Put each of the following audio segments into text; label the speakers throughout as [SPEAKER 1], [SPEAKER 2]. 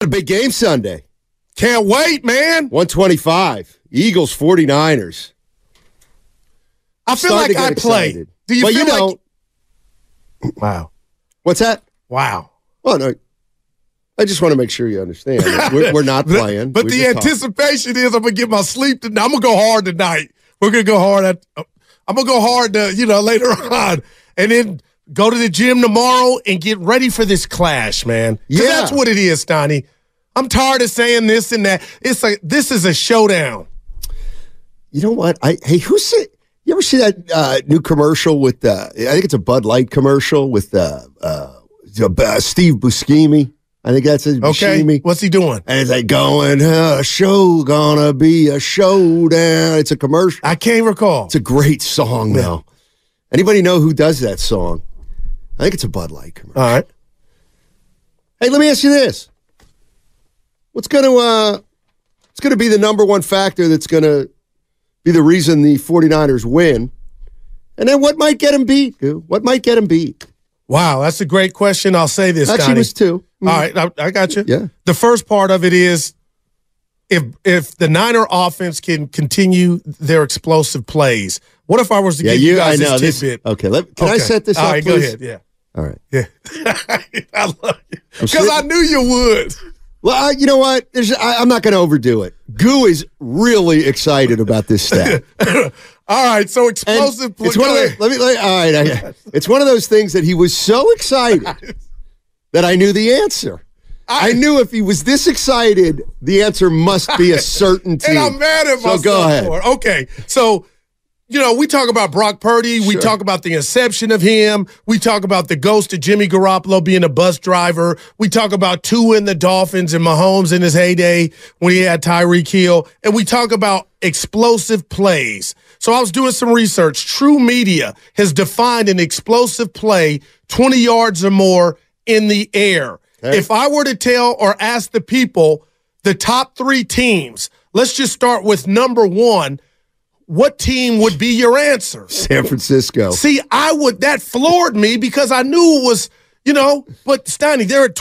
[SPEAKER 1] A big game Sunday. Can't wait, man. 125. Eagles 49ers.
[SPEAKER 2] I feel
[SPEAKER 1] Starting
[SPEAKER 2] like
[SPEAKER 1] to get
[SPEAKER 2] I played.
[SPEAKER 1] excited.
[SPEAKER 2] Do you
[SPEAKER 1] But
[SPEAKER 2] feel
[SPEAKER 1] you know,
[SPEAKER 2] like Wow.
[SPEAKER 1] What's that?
[SPEAKER 2] Wow.
[SPEAKER 1] Well, no. I just want to make sure you understand. We're, we're not
[SPEAKER 2] But-
[SPEAKER 1] playing.
[SPEAKER 2] But
[SPEAKER 1] We're
[SPEAKER 2] the
[SPEAKER 1] just talking.
[SPEAKER 2] anticipation is I'm gonna get my sleep tonight. I'm gonna go hard tonight. We're gonna go hard at I'm gonna go hard to, you know, later on. And then go to the gym tomorrow and get ready for this clash, man. 'Cause
[SPEAKER 1] Yeah.
[SPEAKER 2] that's what it is, Donnie. I'm tired of saying this and that. It's like this is a showdown.
[SPEAKER 1] You know what? I hey, who's it? You ever see that uh, new commercial with? Uh, I think it's a Bud Light commercial with uh, uh, uh, Steve Buscemi. I think that's his
[SPEAKER 2] Okay.
[SPEAKER 1] Buscemi.
[SPEAKER 2] What's he doing?
[SPEAKER 1] And it's like going uh, a show, gonna be a showdown. It's a commercial.
[SPEAKER 2] I can't recall.
[SPEAKER 1] It's a great song though. Anybody know who does that song? I think it's a Bud Light commercial.
[SPEAKER 2] All right.
[SPEAKER 1] Hey, let me ask you this: What's going to uh, it's going to be the number one factor that's going to be the reason the 49ers win, and then what might get them beat? Goo? What might get them beat?
[SPEAKER 2] Wow, that's a great question. I'll say this,
[SPEAKER 1] Actually, it
[SPEAKER 2] Donnie.
[SPEAKER 1] was two. Mm-hmm.
[SPEAKER 2] All right, I, I got you.
[SPEAKER 1] Yeah.
[SPEAKER 2] The first part of it is if if the Niner offense can continue their explosive plays. What if I was to
[SPEAKER 1] Yeah,
[SPEAKER 2] give
[SPEAKER 1] you.
[SPEAKER 2] guys
[SPEAKER 1] I know this.
[SPEAKER 2] this tidbit?
[SPEAKER 1] Okay, let, can I
[SPEAKER 2] Okay.
[SPEAKER 1] set this
[SPEAKER 2] All
[SPEAKER 1] up?
[SPEAKER 2] right,
[SPEAKER 1] please?
[SPEAKER 2] go ahead.
[SPEAKER 1] All right.
[SPEAKER 2] Yeah, yeah. I love you because
[SPEAKER 1] sitting-
[SPEAKER 2] I knew you would.
[SPEAKER 1] Well, I, you know what? There's, I, I'm not going to overdo it. Goo is really excited about this stat.
[SPEAKER 2] All right, so
[SPEAKER 1] And
[SPEAKER 2] explosive. play-
[SPEAKER 1] It's one of
[SPEAKER 2] go
[SPEAKER 1] those,
[SPEAKER 2] ahead.
[SPEAKER 1] let me, let, all right, I, it's one of those things that he was so excited that I knew the answer. I, knew if he was this excited, the answer must be a certainty.
[SPEAKER 2] And I'm mad at
[SPEAKER 1] so
[SPEAKER 2] myself
[SPEAKER 1] go ahead.
[SPEAKER 2] for it. Okay, so you know we talk about Brock Purdy, we talk about the inception of him, we talk about the ghost of Jimmy Garoppolo being a bus driver, we talk about two in the Dolphins and Mahomes in his heyday when he had Tyreek Hill, and we talk about explosive plays. So I was doing some research. True Media has defined an explosive play 20 yards or more in the air. If I were to tell or ask the people the top three teams, let's just start with number one. What team would be your answer?
[SPEAKER 1] San Francisco.
[SPEAKER 2] See, I would that floored me because I knew it was, you know, but Steiny, they're at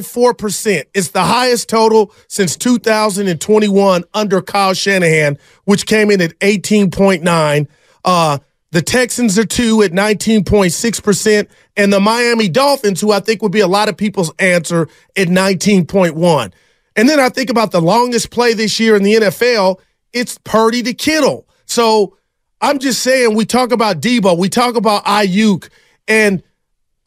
[SPEAKER 2] 21.4%. It's the highest total since 2021 under Kyle Shanahan, which came in at 18.9. Uh the Texans are two at 19.6%, and the Miami Dolphins, who I think would be a lot of people's answer, at 19.1. And then I think about the longest play this year in the NFL, it's Purdy to Kittle. So I'm just saying, we talk about Debo, we talk about Ayuk, and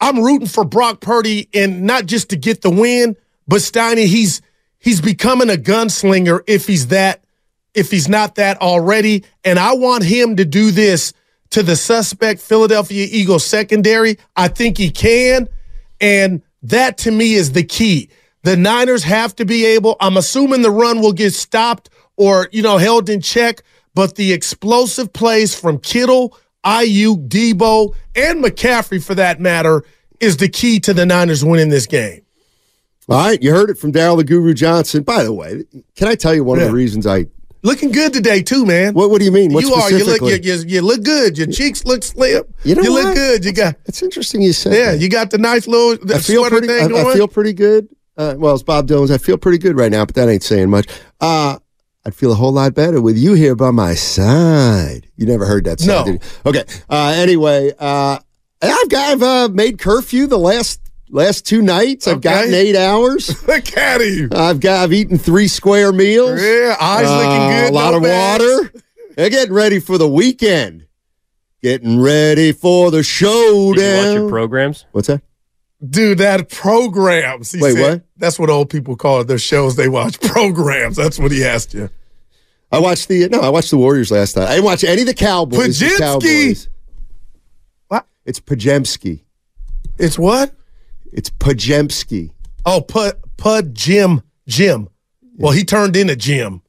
[SPEAKER 2] I'm rooting for Brock Purdy, and not just to get the win, but Steiny, he's he's becoming a gunslinger if he's that, if he's not that already, and I want him to do this to the suspect Philadelphia Eagles secondary. I think he can, and that to me is the key. The Niners have to be able. I'm assuming the run will get stopped or you know held in check, but the explosive plays from Kittle, IU, Debo, and McCaffrey, for that matter, is the key to the Niners winning this game.
[SPEAKER 1] All right, you heard it from Daryl the Guru Johnson. By the way, can I tell you one of
[SPEAKER 2] Yeah.
[SPEAKER 1] the reasons I?
[SPEAKER 2] Looking good today too, man.
[SPEAKER 1] What What do you mean? What
[SPEAKER 2] you are. You look.
[SPEAKER 1] specifically?
[SPEAKER 2] You, you, you look good. Your cheeks look slim.
[SPEAKER 1] You know
[SPEAKER 2] look
[SPEAKER 1] what?
[SPEAKER 2] good. You got.
[SPEAKER 1] it's interesting you said.
[SPEAKER 2] Yeah,
[SPEAKER 1] that.
[SPEAKER 2] you got the nice little the
[SPEAKER 1] I feel
[SPEAKER 2] sweater
[SPEAKER 1] pretty. I,
[SPEAKER 2] thing going.
[SPEAKER 1] I feel pretty good. Uh, well, it's Bob Dylan's. I feel pretty good right now, but that ain't saying much. Uh, I'd feel a whole lot better with you here by my side. You never heard that song,
[SPEAKER 2] No.
[SPEAKER 1] did you? Okay. Uh, anyway, uh, and I've got, I've uh, made curfew the last last two nights. I've
[SPEAKER 2] Okay.
[SPEAKER 1] gotten eight hours.
[SPEAKER 2] Look at you.
[SPEAKER 1] I've got I've eaten three square meals.
[SPEAKER 2] Yeah, eyes looking
[SPEAKER 1] Uh,
[SPEAKER 2] good.
[SPEAKER 1] A lot
[SPEAKER 2] no
[SPEAKER 1] of
[SPEAKER 2] bags.
[SPEAKER 1] water. They're getting ready for the weekend. Getting ready for the showdown.
[SPEAKER 3] Did you watch your programs?
[SPEAKER 1] What's that?
[SPEAKER 2] Dude, that programs. he
[SPEAKER 1] Wait,
[SPEAKER 2] said.
[SPEAKER 1] what?
[SPEAKER 2] That's what old people call it. Their shows they watch. Programs. That's what he asked you.
[SPEAKER 1] I watched the no, I watched the Warriors last night. I didn't watch any of the Cowboys. the
[SPEAKER 2] Pajemski!
[SPEAKER 1] Cowboys.
[SPEAKER 2] What?
[SPEAKER 1] It's Pajemski.
[SPEAKER 2] It's what?
[SPEAKER 1] It's Pajemski.
[SPEAKER 2] Oh, put put Jim Jim. Well, he turned into Jim.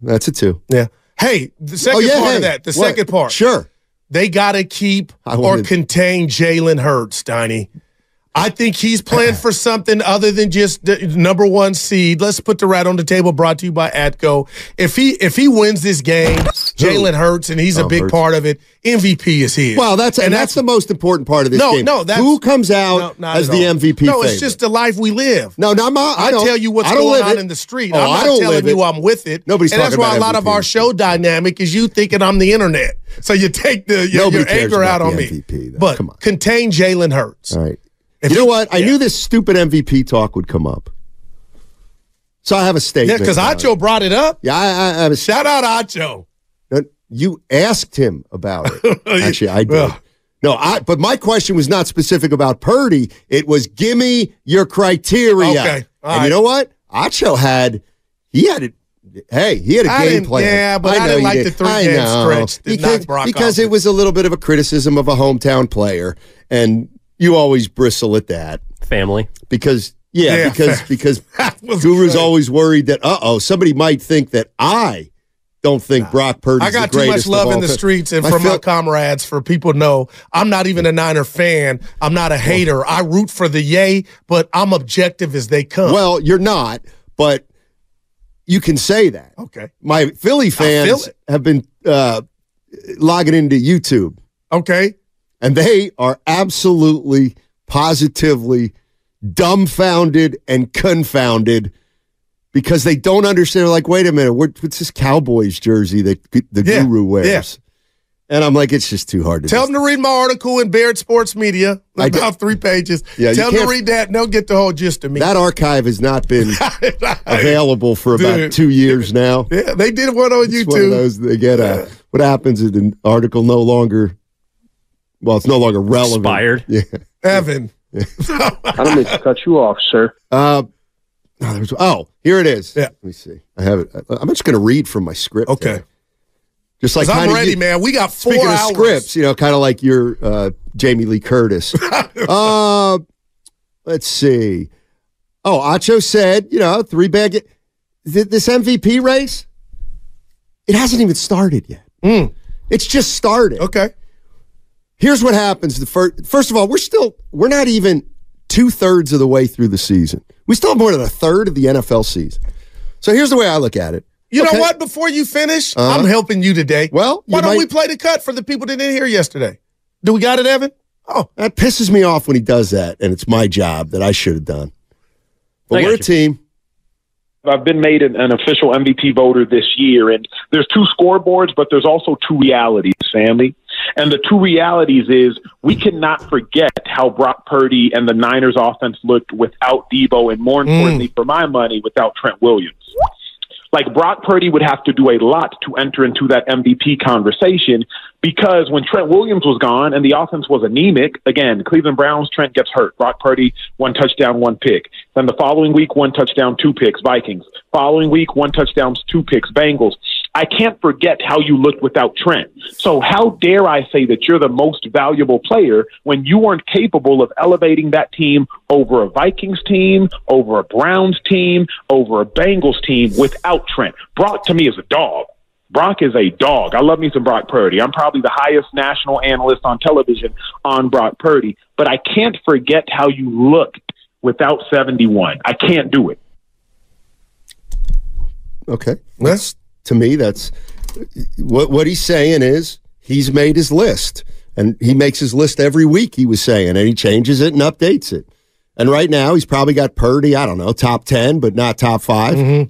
[SPEAKER 1] That's it too.
[SPEAKER 2] Yeah. Hey, the second
[SPEAKER 1] oh yeah,
[SPEAKER 2] part
[SPEAKER 1] hey,
[SPEAKER 2] of that. The
[SPEAKER 1] what?
[SPEAKER 2] second part.
[SPEAKER 1] Sure.
[SPEAKER 2] They gotta keep
[SPEAKER 1] I
[SPEAKER 2] or
[SPEAKER 1] wanted-
[SPEAKER 2] contain Jalen Hurts, Diney. I think he's playing for something other than just the number one seed. Let's put the rat on the table. Brought to you by Atco. If he if he wins this game, Jalen Hurts, and he's a
[SPEAKER 1] Oh,
[SPEAKER 2] big
[SPEAKER 1] Hurts.
[SPEAKER 2] part of it. MVP is his.
[SPEAKER 1] Well, that's and, that's, the most important part of this
[SPEAKER 2] no,
[SPEAKER 1] game.
[SPEAKER 2] no. That's,
[SPEAKER 1] who comes
[SPEAKER 2] No,
[SPEAKER 1] out
[SPEAKER 2] not
[SPEAKER 1] as
[SPEAKER 2] at
[SPEAKER 1] the
[SPEAKER 2] all.
[SPEAKER 1] MVP.
[SPEAKER 2] No, it's
[SPEAKER 1] favorite?
[SPEAKER 2] just the life we live.
[SPEAKER 1] no, no. I'm, not- I
[SPEAKER 2] I,
[SPEAKER 1] don't-
[SPEAKER 2] tell you what's
[SPEAKER 1] I don't
[SPEAKER 2] going
[SPEAKER 1] live
[SPEAKER 2] on
[SPEAKER 1] it.
[SPEAKER 2] in the street.
[SPEAKER 1] Oh,
[SPEAKER 2] I'm not
[SPEAKER 1] I don't
[SPEAKER 2] telling
[SPEAKER 1] live
[SPEAKER 2] you
[SPEAKER 1] it.
[SPEAKER 2] I'm with it.
[SPEAKER 1] Nobody's
[SPEAKER 2] and that's
[SPEAKER 1] talking
[SPEAKER 2] why a
[SPEAKER 1] about
[SPEAKER 2] lot of our
[SPEAKER 1] MVP.
[SPEAKER 2] show dynamic is you thinking I'm the internet. So you take the your,
[SPEAKER 1] Nobody
[SPEAKER 2] your
[SPEAKER 1] cares
[SPEAKER 2] anger out
[SPEAKER 1] about
[SPEAKER 2] on
[SPEAKER 1] the
[SPEAKER 2] me.
[SPEAKER 1] MVP though.
[SPEAKER 2] But
[SPEAKER 1] Come on.
[SPEAKER 2] contain Jalen Hurts.
[SPEAKER 1] All right.
[SPEAKER 2] If
[SPEAKER 1] you know
[SPEAKER 2] you-
[SPEAKER 1] what? I
[SPEAKER 2] yeah.
[SPEAKER 1] knew this stupid MVP talk would come up. So I have a
[SPEAKER 2] Yeah,
[SPEAKER 1] statement.
[SPEAKER 2] because
[SPEAKER 1] about it.
[SPEAKER 2] Acho brought it up.
[SPEAKER 1] Yeah, I, I I have a
[SPEAKER 2] Shout out Acho.
[SPEAKER 1] No, you asked him about it. Actually, I did.
[SPEAKER 2] Well.
[SPEAKER 1] No, I. But my question was not specific about Purdy. It was, give me your criteria.
[SPEAKER 2] Okay, all
[SPEAKER 1] and
[SPEAKER 2] right.
[SPEAKER 1] you know what? Acho had, he had it. Hey, he had a
[SPEAKER 2] I
[SPEAKER 1] game
[SPEAKER 2] didn't-
[SPEAKER 1] plan.
[SPEAKER 2] yeah, but I
[SPEAKER 1] know
[SPEAKER 2] didn't
[SPEAKER 1] you
[SPEAKER 2] like
[SPEAKER 1] did.
[SPEAKER 2] the three
[SPEAKER 1] I
[SPEAKER 2] game
[SPEAKER 1] know.
[SPEAKER 2] stretch that
[SPEAKER 1] because
[SPEAKER 2] knocked Brock
[SPEAKER 1] because
[SPEAKER 2] off.
[SPEAKER 1] it was a little bit of a criticism of a hometown player, and you always bristle at that
[SPEAKER 3] Family.
[SPEAKER 1] because yeah,
[SPEAKER 2] Yeah,
[SPEAKER 1] because because
[SPEAKER 2] That was
[SPEAKER 1] Guru's
[SPEAKER 2] good.
[SPEAKER 1] always worried that uh oh, somebody might think that I don't think Brock Purdy.
[SPEAKER 2] I got too much love in the streets and
[SPEAKER 1] I
[SPEAKER 2] from my
[SPEAKER 1] feel-
[SPEAKER 2] comrades for people to know I'm not even a Niner fan. I'm not a hater. I root for the yay, but I'm objective as they come.
[SPEAKER 1] Well, you're not, but you can say that.
[SPEAKER 2] okay.
[SPEAKER 1] My Philly fans
[SPEAKER 2] it.
[SPEAKER 1] have been uh, logging into YouTube,
[SPEAKER 2] Okay.
[SPEAKER 1] and they are absolutely, positively dumbfounded and confounded. Because they don't understand, They're like, wait a minute, what, what's this Cowboys jersey that g- the
[SPEAKER 2] Yeah,
[SPEAKER 1] guru wears?
[SPEAKER 2] yeah.
[SPEAKER 1] And I'm like, it's just too hard to
[SPEAKER 2] Tell them to read my article in Baird Sports Media,
[SPEAKER 1] I
[SPEAKER 2] about three pages.
[SPEAKER 1] Yeah, you
[SPEAKER 2] Tell them to
[SPEAKER 1] can't-
[SPEAKER 2] read that, and they'll get the whole gist of me.
[SPEAKER 1] That archive has not been available for about
[SPEAKER 2] Dude.
[SPEAKER 1] two years now.
[SPEAKER 2] yeah, they did one on
[SPEAKER 1] It's
[SPEAKER 2] YouTube.
[SPEAKER 1] one of those they get a, what happens is the article no longer well, it's no longer relevant.
[SPEAKER 3] Expired.
[SPEAKER 1] Yeah.
[SPEAKER 2] Evan.
[SPEAKER 4] I don't mean to cut you off, sir.
[SPEAKER 1] Uh, oh, there's- oh, here it is.
[SPEAKER 2] Yeah.
[SPEAKER 1] Let me see. I have it. I- I'm just going to read from my script.
[SPEAKER 2] Okay.
[SPEAKER 1] there. Just like
[SPEAKER 2] 'Cause I'm
[SPEAKER 1] kinda
[SPEAKER 2] ready,
[SPEAKER 1] you-
[SPEAKER 2] man. We got four
[SPEAKER 1] Speaking
[SPEAKER 2] hours.
[SPEAKER 1] of scripts, you know, kind of like your uh, Jamie Lee Curtis. uh, let's see. Oh, Acho said, you know, three bag. Th- this MVP race, it hasn't even started yet. It's just started.
[SPEAKER 2] Okay.
[SPEAKER 1] Here's what happens. The first, first of all, we're still we're not even two thirds of the way through the season. We still have more than a third of the NFL season. So here's the way I look at it.
[SPEAKER 2] You
[SPEAKER 1] Okay. Uh-huh.
[SPEAKER 2] know what? Before you finish, I'm helping you today.
[SPEAKER 1] Well,
[SPEAKER 2] why
[SPEAKER 1] you
[SPEAKER 2] don't
[SPEAKER 1] might-
[SPEAKER 2] we play the cut for the people that didn't hear yesterday? Do we got it, Evan? Oh,
[SPEAKER 1] That pisses me off when he does that, and it's my job that I should have done.
[SPEAKER 3] I
[SPEAKER 1] But
[SPEAKER 3] got
[SPEAKER 1] we're a
[SPEAKER 3] you.
[SPEAKER 1] team.
[SPEAKER 4] I've been made an, an official MVP voter this year, and there's two scoreboards, but there's also two realities, family. And the two realities is we cannot forget how Brock Purdy and the Niners offense looked without Debo, and more importantly, for my money, without Trent Williams. Like Brock Purdy would have to do a lot to enter into that MVP conversation because when Trent Williams was gone and the offense was anemic, again, Cleveland Browns, Trent gets hurt. Brock Purdy, one touchdown, one pick. Then the following week, one touchdown, two picks, Vikings. Following week, one touchdowns, two picks, Bengals. I can't forget how you looked without Trent. So how dare I say that you're the most valuable player when you weren't capable of elevating that team over a Vikings team, over a Browns team, over a Bengals team without Trent. Brock to me is a dog. Brock is a dog. I love me some Brock Purdy. I'm probably the highest national analyst on television on Brock Purdy, but I can't forget how you looked without 71. I can't do it.
[SPEAKER 1] Okay. That's to me. That's what what he's saying is he's made his list, and he makes his list every week. He was saying, and he changes it and updates it. And right now, he's probably got Purdy. I don't know, top ten, but not top 5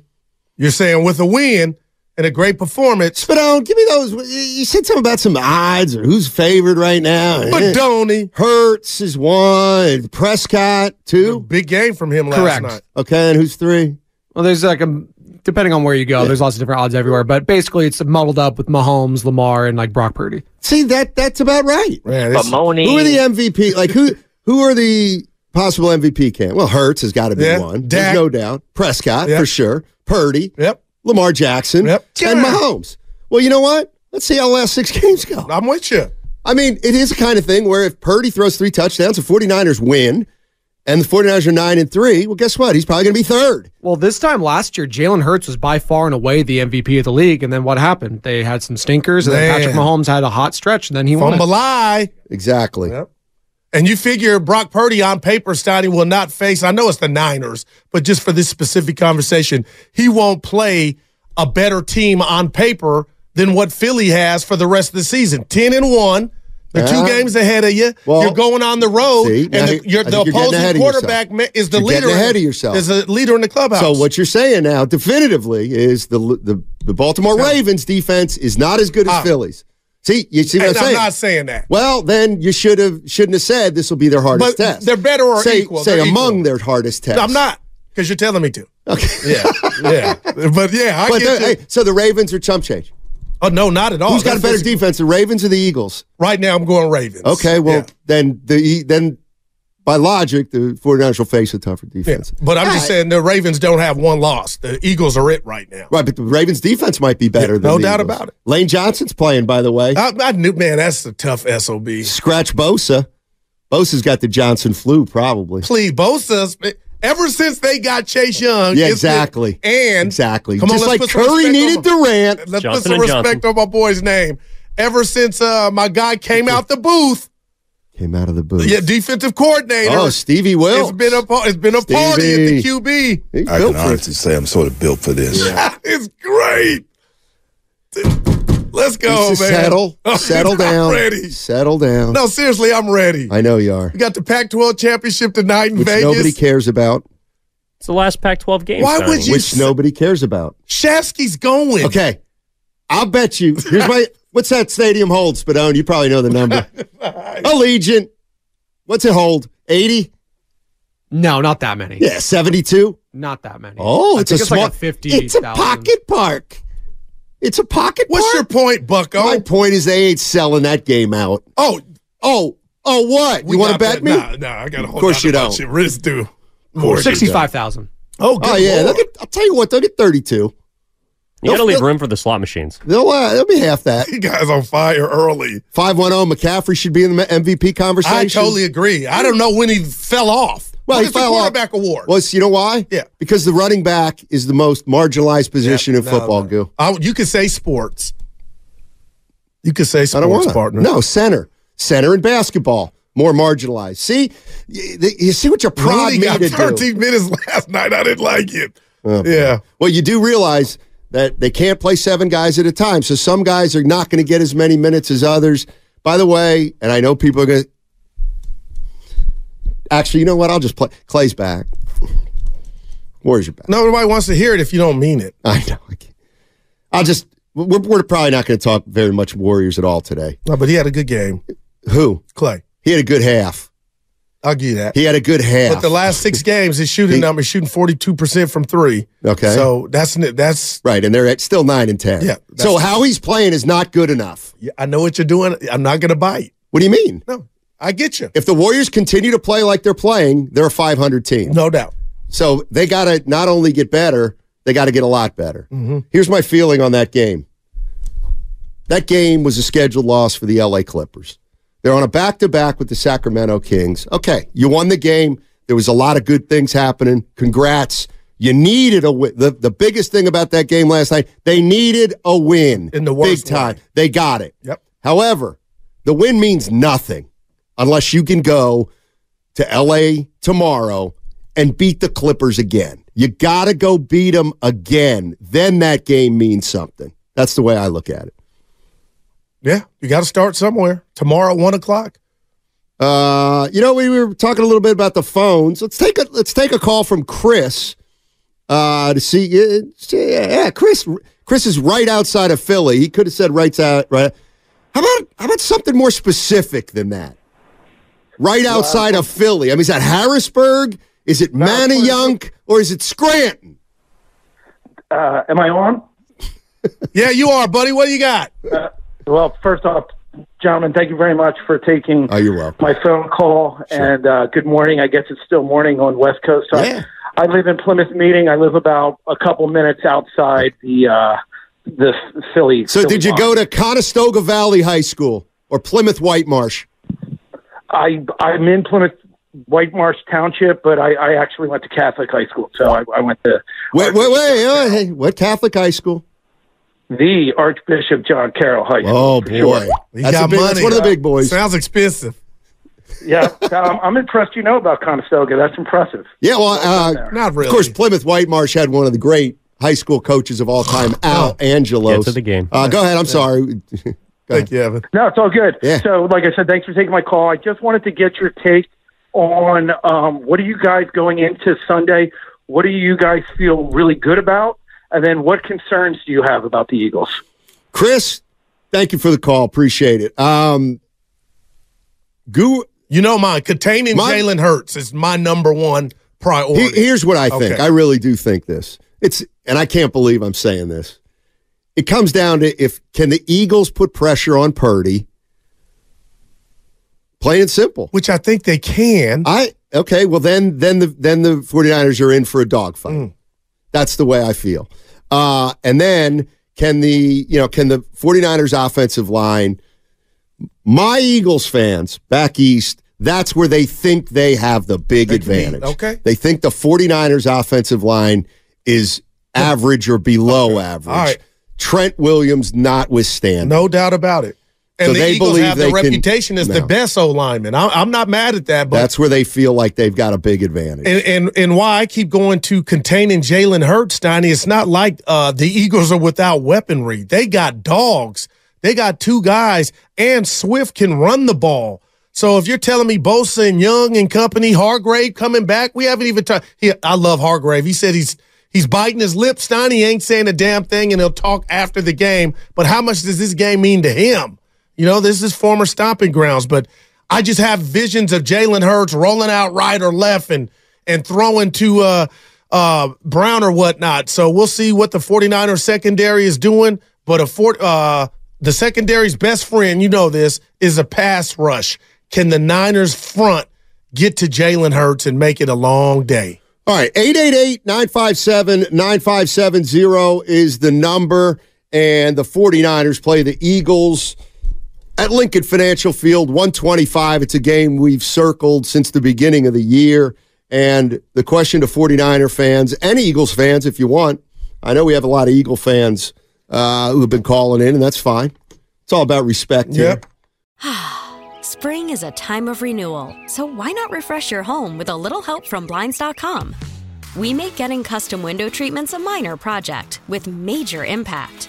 [SPEAKER 2] You're saying with a win and a great performance,
[SPEAKER 1] Spadone, um, give me those. You said something about some odds or who's favored right now. Eh,
[SPEAKER 2] Madoni,
[SPEAKER 1] Hurts is one. Prescott two.
[SPEAKER 2] big game from him last
[SPEAKER 5] Correct.
[SPEAKER 2] night.
[SPEAKER 1] Okay, and who's three?
[SPEAKER 5] Well, there's like a depending on where you go, there's lots of different odds everywhere. But basically, it's muddled up with Mahomes, Lamar, and like Brock Purdy.
[SPEAKER 1] See that that's about right.
[SPEAKER 2] Man,
[SPEAKER 6] But
[SPEAKER 2] this,
[SPEAKER 6] Money,
[SPEAKER 1] Who are the MVP? Like who who are the possible MVP can? Well, Hurts has got to be
[SPEAKER 2] Yeah.
[SPEAKER 1] one.
[SPEAKER 2] Dak.
[SPEAKER 1] There's no doubt. Prescott
[SPEAKER 2] Yep.
[SPEAKER 1] for sure. Purdy,
[SPEAKER 2] yep,
[SPEAKER 1] Lamar Jackson,
[SPEAKER 2] Yep.
[SPEAKER 1] and
[SPEAKER 2] Yeah.
[SPEAKER 1] Mahomes. Well, you know what? Let's see how the last six games go.
[SPEAKER 2] I'm with you.
[SPEAKER 1] I mean, it is the kind of thing where if Purdy throws three touchdowns, the 49ers win, and the 49ers are nine and three, well, guess what? He's probably going to be third.
[SPEAKER 5] Well, this time last year, Jalen Hurts was by far and away the MVP of the league. And then what happened? They had some stinkers, and then Patrick
[SPEAKER 2] Man.
[SPEAKER 5] Mahomes had a hot stretch, and then he won. it.
[SPEAKER 2] Fumble eye.
[SPEAKER 1] Exactly.
[SPEAKER 2] Yep. And you figure Brock Purdy on paper, Stoney will not face. I know it's the Niners, but just for this specific conversation, he won't play a better team on paper than what Philly has for the rest of the season. Ten and one, the
[SPEAKER 1] Yeah.
[SPEAKER 2] two games ahead of you.
[SPEAKER 1] Uh-huh. Well,
[SPEAKER 2] you're going on the road,
[SPEAKER 1] see, now
[SPEAKER 2] and the,
[SPEAKER 1] you-
[SPEAKER 2] your,
[SPEAKER 1] I
[SPEAKER 2] the
[SPEAKER 1] think you're getting ahead
[SPEAKER 2] opposing
[SPEAKER 1] of yourself.
[SPEAKER 2] quarterback ma- is the
[SPEAKER 1] You're
[SPEAKER 2] leader.
[SPEAKER 1] getting ahead of yourself.
[SPEAKER 2] Is the leader in the clubhouse.
[SPEAKER 1] So what you're saying now, definitively, is the the, the Baltimore Ravens defense is not as good as
[SPEAKER 2] Ah.
[SPEAKER 1] Phillies. See, you see what
[SPEAKER 2] And
[SPEAKER 1] I'm
[SPEAKER 2] I'm
[SPEAKER 1] saying?
[SPEAKER 2] not saying that.
[SPEAKER 1] Well, then you should have shouldn't have said this will be their hardest
[SPEAKER 2] But
[SPEAKER 1] test.
[SPEAKER 2] they're better or
[SPEAKER 1] say,
[SPEAKER 2] equal.
[SPEAKER 1] Say
[SPEAKER 2] They're
[SPEAKER 1] among
[SPEAKER 2] equal.
[SPEAKER 1] their hardest tests.
[SPEAKER 2] I'm not because you're telling me to.
[SPEAKER 1] Okay.
[SPEAKER 2] Yeah, yeah. But yeah, I
[SPEAKER 1] But
[SPEAKER 2] get
[SPEAKER 1] they're-
[SPEAKER 2] you.
[SPEAKER 1] hey, so the Ravens are chump change.
[SPEAKER 2] oh no, not at all.
[SPEAKER 1] Who's got a
[SPEAKER 2] They're
[SPEAKER 1] better
[SPEAKER 2] physical.
[SPEAKER 1] defense, the Ravens or the Eagles?
[SPEAKER 2] Right now, I'm going Ravens.
[SPEAKER 1] Okay, well
[SPEAKER 2] Yeah.
[SPEAKER 1] then the then by logic the 49ers will face a tougher
[SPEAKER 2] Yeah,
[SPEAKER 1] defense.
[SPEAKER 2] but I'm just
[SPEAKER 1] Right.
[SPEAKER 2] saying the Ravens don't have one loss. The Eagles are it right now.
[SPEAKER 1] Right, but the Ravens defense might be better
[SPEAKER 2] Yeah,
[SPEAKER 1] than
[SPEAKER 2] no
[SPEAKER 1] the
[SPEAKER 2] doubt
[SPEAKER 1] Eagles.
[SPEAKER 2] about it. Ah.
[SPEAKER 1] Lane Johnson's playing by the way.
[SPEAKER 2] I, I knew, man, that's a tough sob.
[SPEAKER 1] Scratch Bosa. Bosa's got the Johnson flu probably.
[SPEAKER 2] Please, Bosa's ever since they got Chase Young.
[SPEAKER 1] Yeah,
[SPEAKER 2] it's been-
[SPEAKER 1] exactly.
[SPEAKER 2] and
[SPEAKER 1] Exactly.
[SPEAKER 2] Come on,
[SPEAKER 1] Just like
[SPEAKER 2] let's put some
[SPEAKER 1] Curry
[SPEAKER 2] respect
[SPEAKER 1] needed
[SPEAKER 2] on-
[SPEAKER 1] Durant.
[SPEAKER 2] Let's
[SPEAKER 3] Johnson
[SPEAKER 2] put some
[SPEAKER 3] and Johnson.
[SPEAKER 2] respect on my boy's name. Ever since uh, my guy came out the booth,
[SPEAKER 1] Came out of the booth.
[SPEAKER 2] yeah, defensive coordinator.
[SPEAKER 1] oh, Stevie Wills.
[SPEAKER 2] it's been a pa- it's been a party at the
[SPEAKER 1] Stevie.
[SPEAKER 2] QB.
[SPEAKER 1] He's
[SPEAKER 7] I
[SPEAKER 1] built
[SPEAKER 7] can
[SPEAKER 1] for it.
[SPEAKER 7] honestly say I'm sort of built for this.
[SPEAKER 2] it's great. Let's go, Oh, man.
[SPEAKER 1] Just settle. Settle
[SPEAKER 2] I'm
[SPEAKER 1] down.
[SPEAKER 2] Ready.
[SPEAKER 1] Settle down.
[SPEAKER 2] No, seriously, I'm ready.
[SPEAKER 1] I know you are.
[SPEAKER 2] We got the Pac-12 championship tonight in
[SPEAKER 1] Which
[SPEAKER 2] Vegas.
[SPEAKER 1] nobody cares about.
[SPEAKER 3] It's the last Pac-12 game.
[SPEAKER 2] Why
[SPEAKER 3] Stoney.
[SPEAKER 2] would you-
[SPEAKER 1] Which nobody cares about.
[SPEAKER 2] Shafsky's going.
[SPEAKER 1] Okay. I'll bet you. Here's my what's that stadium hold, Spadone? You probably know the number. Allegiant. What's it hold? 80?
[SPEAKER 5] No, not that many.
[SPEAKER 1] Yeah, 72.
[SPEAKER 5] Not that many.
[SPEAKER 1] Oh,
[SPEAKER 5] I
[SPEAKER 1] it's a
[SPEAKER 5] think it's
[SPEAKER 1] small
[SPEAKER 5] like a 50.
[SPEAKER 1] It's a pocket park. It's a pocket
[SPEAKER 2] What's your
[SPEAKER 1] park.
[SPEAKER 2] point, Bucko?
[SPEAKER 1] My point is they ain't selling that game out.
[SPEAKER 2] oh,
[SPEAKER 1] Oh, oh what?
[SPEAKER 2] we
[SPEAKER 1] you want to
[SPEAKER 2] got
[SPEAKER 1] bet
[SPEAKER 2] that.
[SPEAKER 1] me?
[SPEAKER 2] Nah, nah, I got to hold
[SPEAKER 1] course
[SPEAKER 2] on to
[SPEAKER 1] you
[SPEAKER 2] my
[SPEAKER 1] don't.
[SPEAKER 2] Shit. Wrist do.
[SPEAKER 5] 65,000.
[SPEAKER 2] Oh, good
[SPEAKER 1] Oh yeah, they'll
[SPEAKER 2] Lord.
[SPEAKER 1] get, I'll tell you what, they'll get 32.
[SPEAKER 3] You gotta
[SPEAKER 1] They'll
[SPEAKER 3] leave
[SPEAKER 1] feel-
[SPEAKER 3] room for the slot machines.
[SPEAKER 1] They'll uh, they'll be half that.
[SPEAKER 2] you guys on fire early.
[SPEAKER 1] 510 McCaffrey should be in the MVP conversation.
[SPEAKER 2] I totally agree. I don't know when he fell off.
[SPEAKER 1] Well,
[SPEAKER 2] What
[SPEAKER 1] he
[SPEAKER 2] is the
[SPEAKER 1] fell off.
[SPEAKER 2] quarterback award.
[SPEAKER 1] Was you know why?
[SPEAKER 2] Yeah.
[SPEAKER 1] because the running back is the most marginalized position in football. Goo.
[SPEAKER 2] I, you could say sports. You could say sports
[SPEAKER 1] I don't want
[SPEAKER 2] partner.
[SPEAKER 1] No center, center in basketball, more marginalized. See, you, you see what you prod
[SPEAKER 2] Rooney
[SPEAKER 1] me
[SPEAKER 2] got
[SPEAKER 1] to
[SPEAKER 2] 13
[SPEAKER 1] do.
[SPEAKER 2] minutes last night. I didn't like it. yeah.
[SPEAKER 1] Well, you do realize that they can't play seven guys at a time, so some guys are not going to get as many minutes as others. By the way, and I know people are going to. Actually, you know what? I'll just play. Clay's back. Warriors are back.
[SPEAKER 2] Nobody wants to hear it if you don't mean it.
[SPEAKER 1] I know. I can't. I'll just. We're, we're probably not going to talk very much Warriors at all today.
[SPEAKER 2] No, but he had a good game.
[SPEAKER 1] Who?
[SPEAKER 2] Clay,
[SPEAKER 1] He had a good half.
[SPEAKER 2] I'll give you that.
[SPEAKER 1] He had a good half.
[SPEAKER 2] But the last six games, his shooting number is shooting forty two percent from three.
[SPEAKER 1] Okay.
[SPEAKER 2] so that's n- that's.
[SPEAKER 1] right, and they're at still nine and ten.
[SPEAKER 2] Yeah, that's-
[SPEAKER 1] So how he's playing is not good enough.
[SPEAKER 2] yeah, I know what you're doing. I'm not gonna bite.
[SPEAKER 1] What do you mean?
[SPEAKER 2] No, I get you.
[SPEAKER 1] If the Warriors continue to play like they're playing, they're a 500 team.
[SPEAKER 2] No doubt.
[SPEAKER 1] So they got to not only get better, they got to get a lot better.
[SPEAKER 2] Mm-hmm.
[SPEAKER 1] Here's my feeling on that game. That game was a scheduled loss for the LA Clippers. They're on a back to back with the Sacramento Kings. Okay, you won the game. There was a lot of good things happening. Congrats. You needed a win. The, the biggest thing about that game last night, they needed a win.
[SPEAKER 2] In the worst
[SPEAKER 1] Big time.
[SPEAKER 2] way.
[SPEAKER 1] They got it.
[SPEAKER 2] Yep.
[SPEAKER 1] However, the win means nothing unless you can go to LA tomorrow and beat the Clippers again. You got to go beat them again. Then that game means something. That's the way I look at it.
[SPEAKER 2] Yeah, you got to start somewhere. Tomorrow, one o'clock.
[SPEAKER 1] Uh, you know, we, we were talking a little bit about the phones. Let's take a let's take a call from Chris. Uh, to see, yeah, yeah, Chris. Chris is right outside of Philly. He could have said right out. Right. How about how about something more specific than that? Right outside of Philly. I mean, is that Harrisburg? Is it Manayunk or is it Scranton?
[SPEAKER 6] Uh, am I on?
[SPEAKER 2] Yeah, you are, buddy. What do you got?
[SPEAKER 6] Well, first off, gentlemen, thank you very much for taking
[SPEAKER 1] Oh, you're welcome.
[SPEAKER 6] my phone call. And uh, good morning. I guess it's still morning on West Coast. I-
[SPEAKER 1] Yeah.
[SPEAKER 6] I live in Plymouth Meeting. I live about a couple minutes outside the uh, the Philly.
[SPEAKER 1] So,
[SPEAKER 6] Philly
[SPEAKER 1] did you
[SPEAKER 6] line.
[SPEAKER 1] go to Conestoga Valley High School or Plymouth White Marsh?
[SPEAKER 6] I I'm in Plymouth White Marsh Township, but I, I actually went to Catholic high school, so I, I went to
[SPEAKER 1] Wait, wait, wait. oh, hey, what Catholic high school?
[SPEAKER 6] the Archbishop John Carroll High School.
[SPEAKER 1] Oh
[SPEAKER 6] for
[SPEAKER 1] boy,
[SPEAKER 6] sure.
[SPEAKER 2] You
[SPEAKER 1] that's, a
[SPEAKER 2] got
[SPEAKER 1] big, that's
[SPEAKER 2] money.
[SPEAKER 1] one of the big boys.
[SPEAKER 2] Sounds expensive.
[SPEAKER 6] Yeah, um, I'm impressed. You know about Conestoga? That's impressive.
[SPEAKER 1] yeah, well, uh,
[SPEAKER 2] Not really.
[SPEAKER 1] of course, Plymouth White Marsh had one of the great high school coaches of all time, Al Angelos.
[SPEAKER 3] Get to the game.
[SPEAKER 1] Uh, go ahead. I'm sorry.
[SPEAKER 2] Thank you, Evan.
[SPEAKER 6] No, it's all good.
[SPEAKER 1] Yeah.
[SPEAKER 6] So, like I said, thanks for taking my call. I just wanted to get your take on um, what are you guys going into Sunday? What do you guys feel really good about? And then what concerns do you have about the Eagles?
[SPEAKER 1] Chris, thank you for the call. Appreciate it. Um, Goo.
[SPEAKER 2] You know mine. Containing
[SPEAKER 1] My-
[SPEAKER 2] Jalen Hurts is my number one priority.
[SPEAKER 1] He- here's what I think.
[SPEAKER 2] Okay.
[SPEAKER 1] I really do think this. It's and I can't believe I'm saying this. It comes down to if can the Eagles put pressure on Purdy. Plain and simple.
[SPEAKER 2] which I think they can.
[SPEAKER 1] I okay, well then then the then the 49ers are in for a dogfight.
[SPEAKER 2] Mm.
[SPEAKER 1] That's the way I feel. Uh and then can the you know can the 49ers offensive line my Eagles fans back east that's where they think they have the big advantage.
[SPEAKER 2] okay.
[SPEAKER 1] They think the 49ers offensive line is average or below average.
[SPEAKER 2] All right.
[SPEAKER 1] Trent Williams notwithstanding.
[SPEAKER 2] no doubt about it. And
[SPEAKER 1] So
[SPEAKER 2] the
[SPEAKER 1] they
[SPEAKER 2] Eagles
[SPEAKER 1] believe
[SPEAKER 2] have the
[SPEAKER 1] they can-
[SPEAKER 2] reputation as the
[SPEAKER 1] No.
[SPEAKER 2] best O lineman. I, I'm not mad at that, but
[SPEAKER 1] That's where they feel like they've got a big advantage.
[SPEAKER 2] and, and and why I keep going to containing Jalen Hurts, Donnie. It's not like uh, the Eagles are without weaponry. They got dogs. They got two guys, and Swift can run the ball. So if you're telling me Bosa and Young and company, Hargrave coming back, we haven't even talked. he- I love Hargrave. He said he's he's biting his lips. Donnie He ain't saying a damn thing, and he'll talk after the game. But how much does this game mean to him? You know, this is former stomping grounds, but I just have visions of Jalen Hurts rolling out right or left and and throwing to uh, uh, Brown or whatnot. So we'll see what the 49ers secondary is doing. But a four, uh, the secondary's best friend, you know this, is a pass rush. Can the Niners front get to Jalen Hurts and make it a long day?
[SPEAKER 1] All right, 888-957-9570 is the number and the 49ers play the Eagles at Lincoln Financial Field 125. It's a game we've circled since the beginning of the year and the question to 49er fans and Eagles fans if you want. I know we have a lot of Eagle fans uh, who have been calling in and that's fine. It's all about respect here.
[SPEAKER 2] Yep.
[SPEAKER 8] Spring is a time of renewal, so why not refresh your home with a little help from Blinds.com? We make getting custom window treatments a minor project with major impact.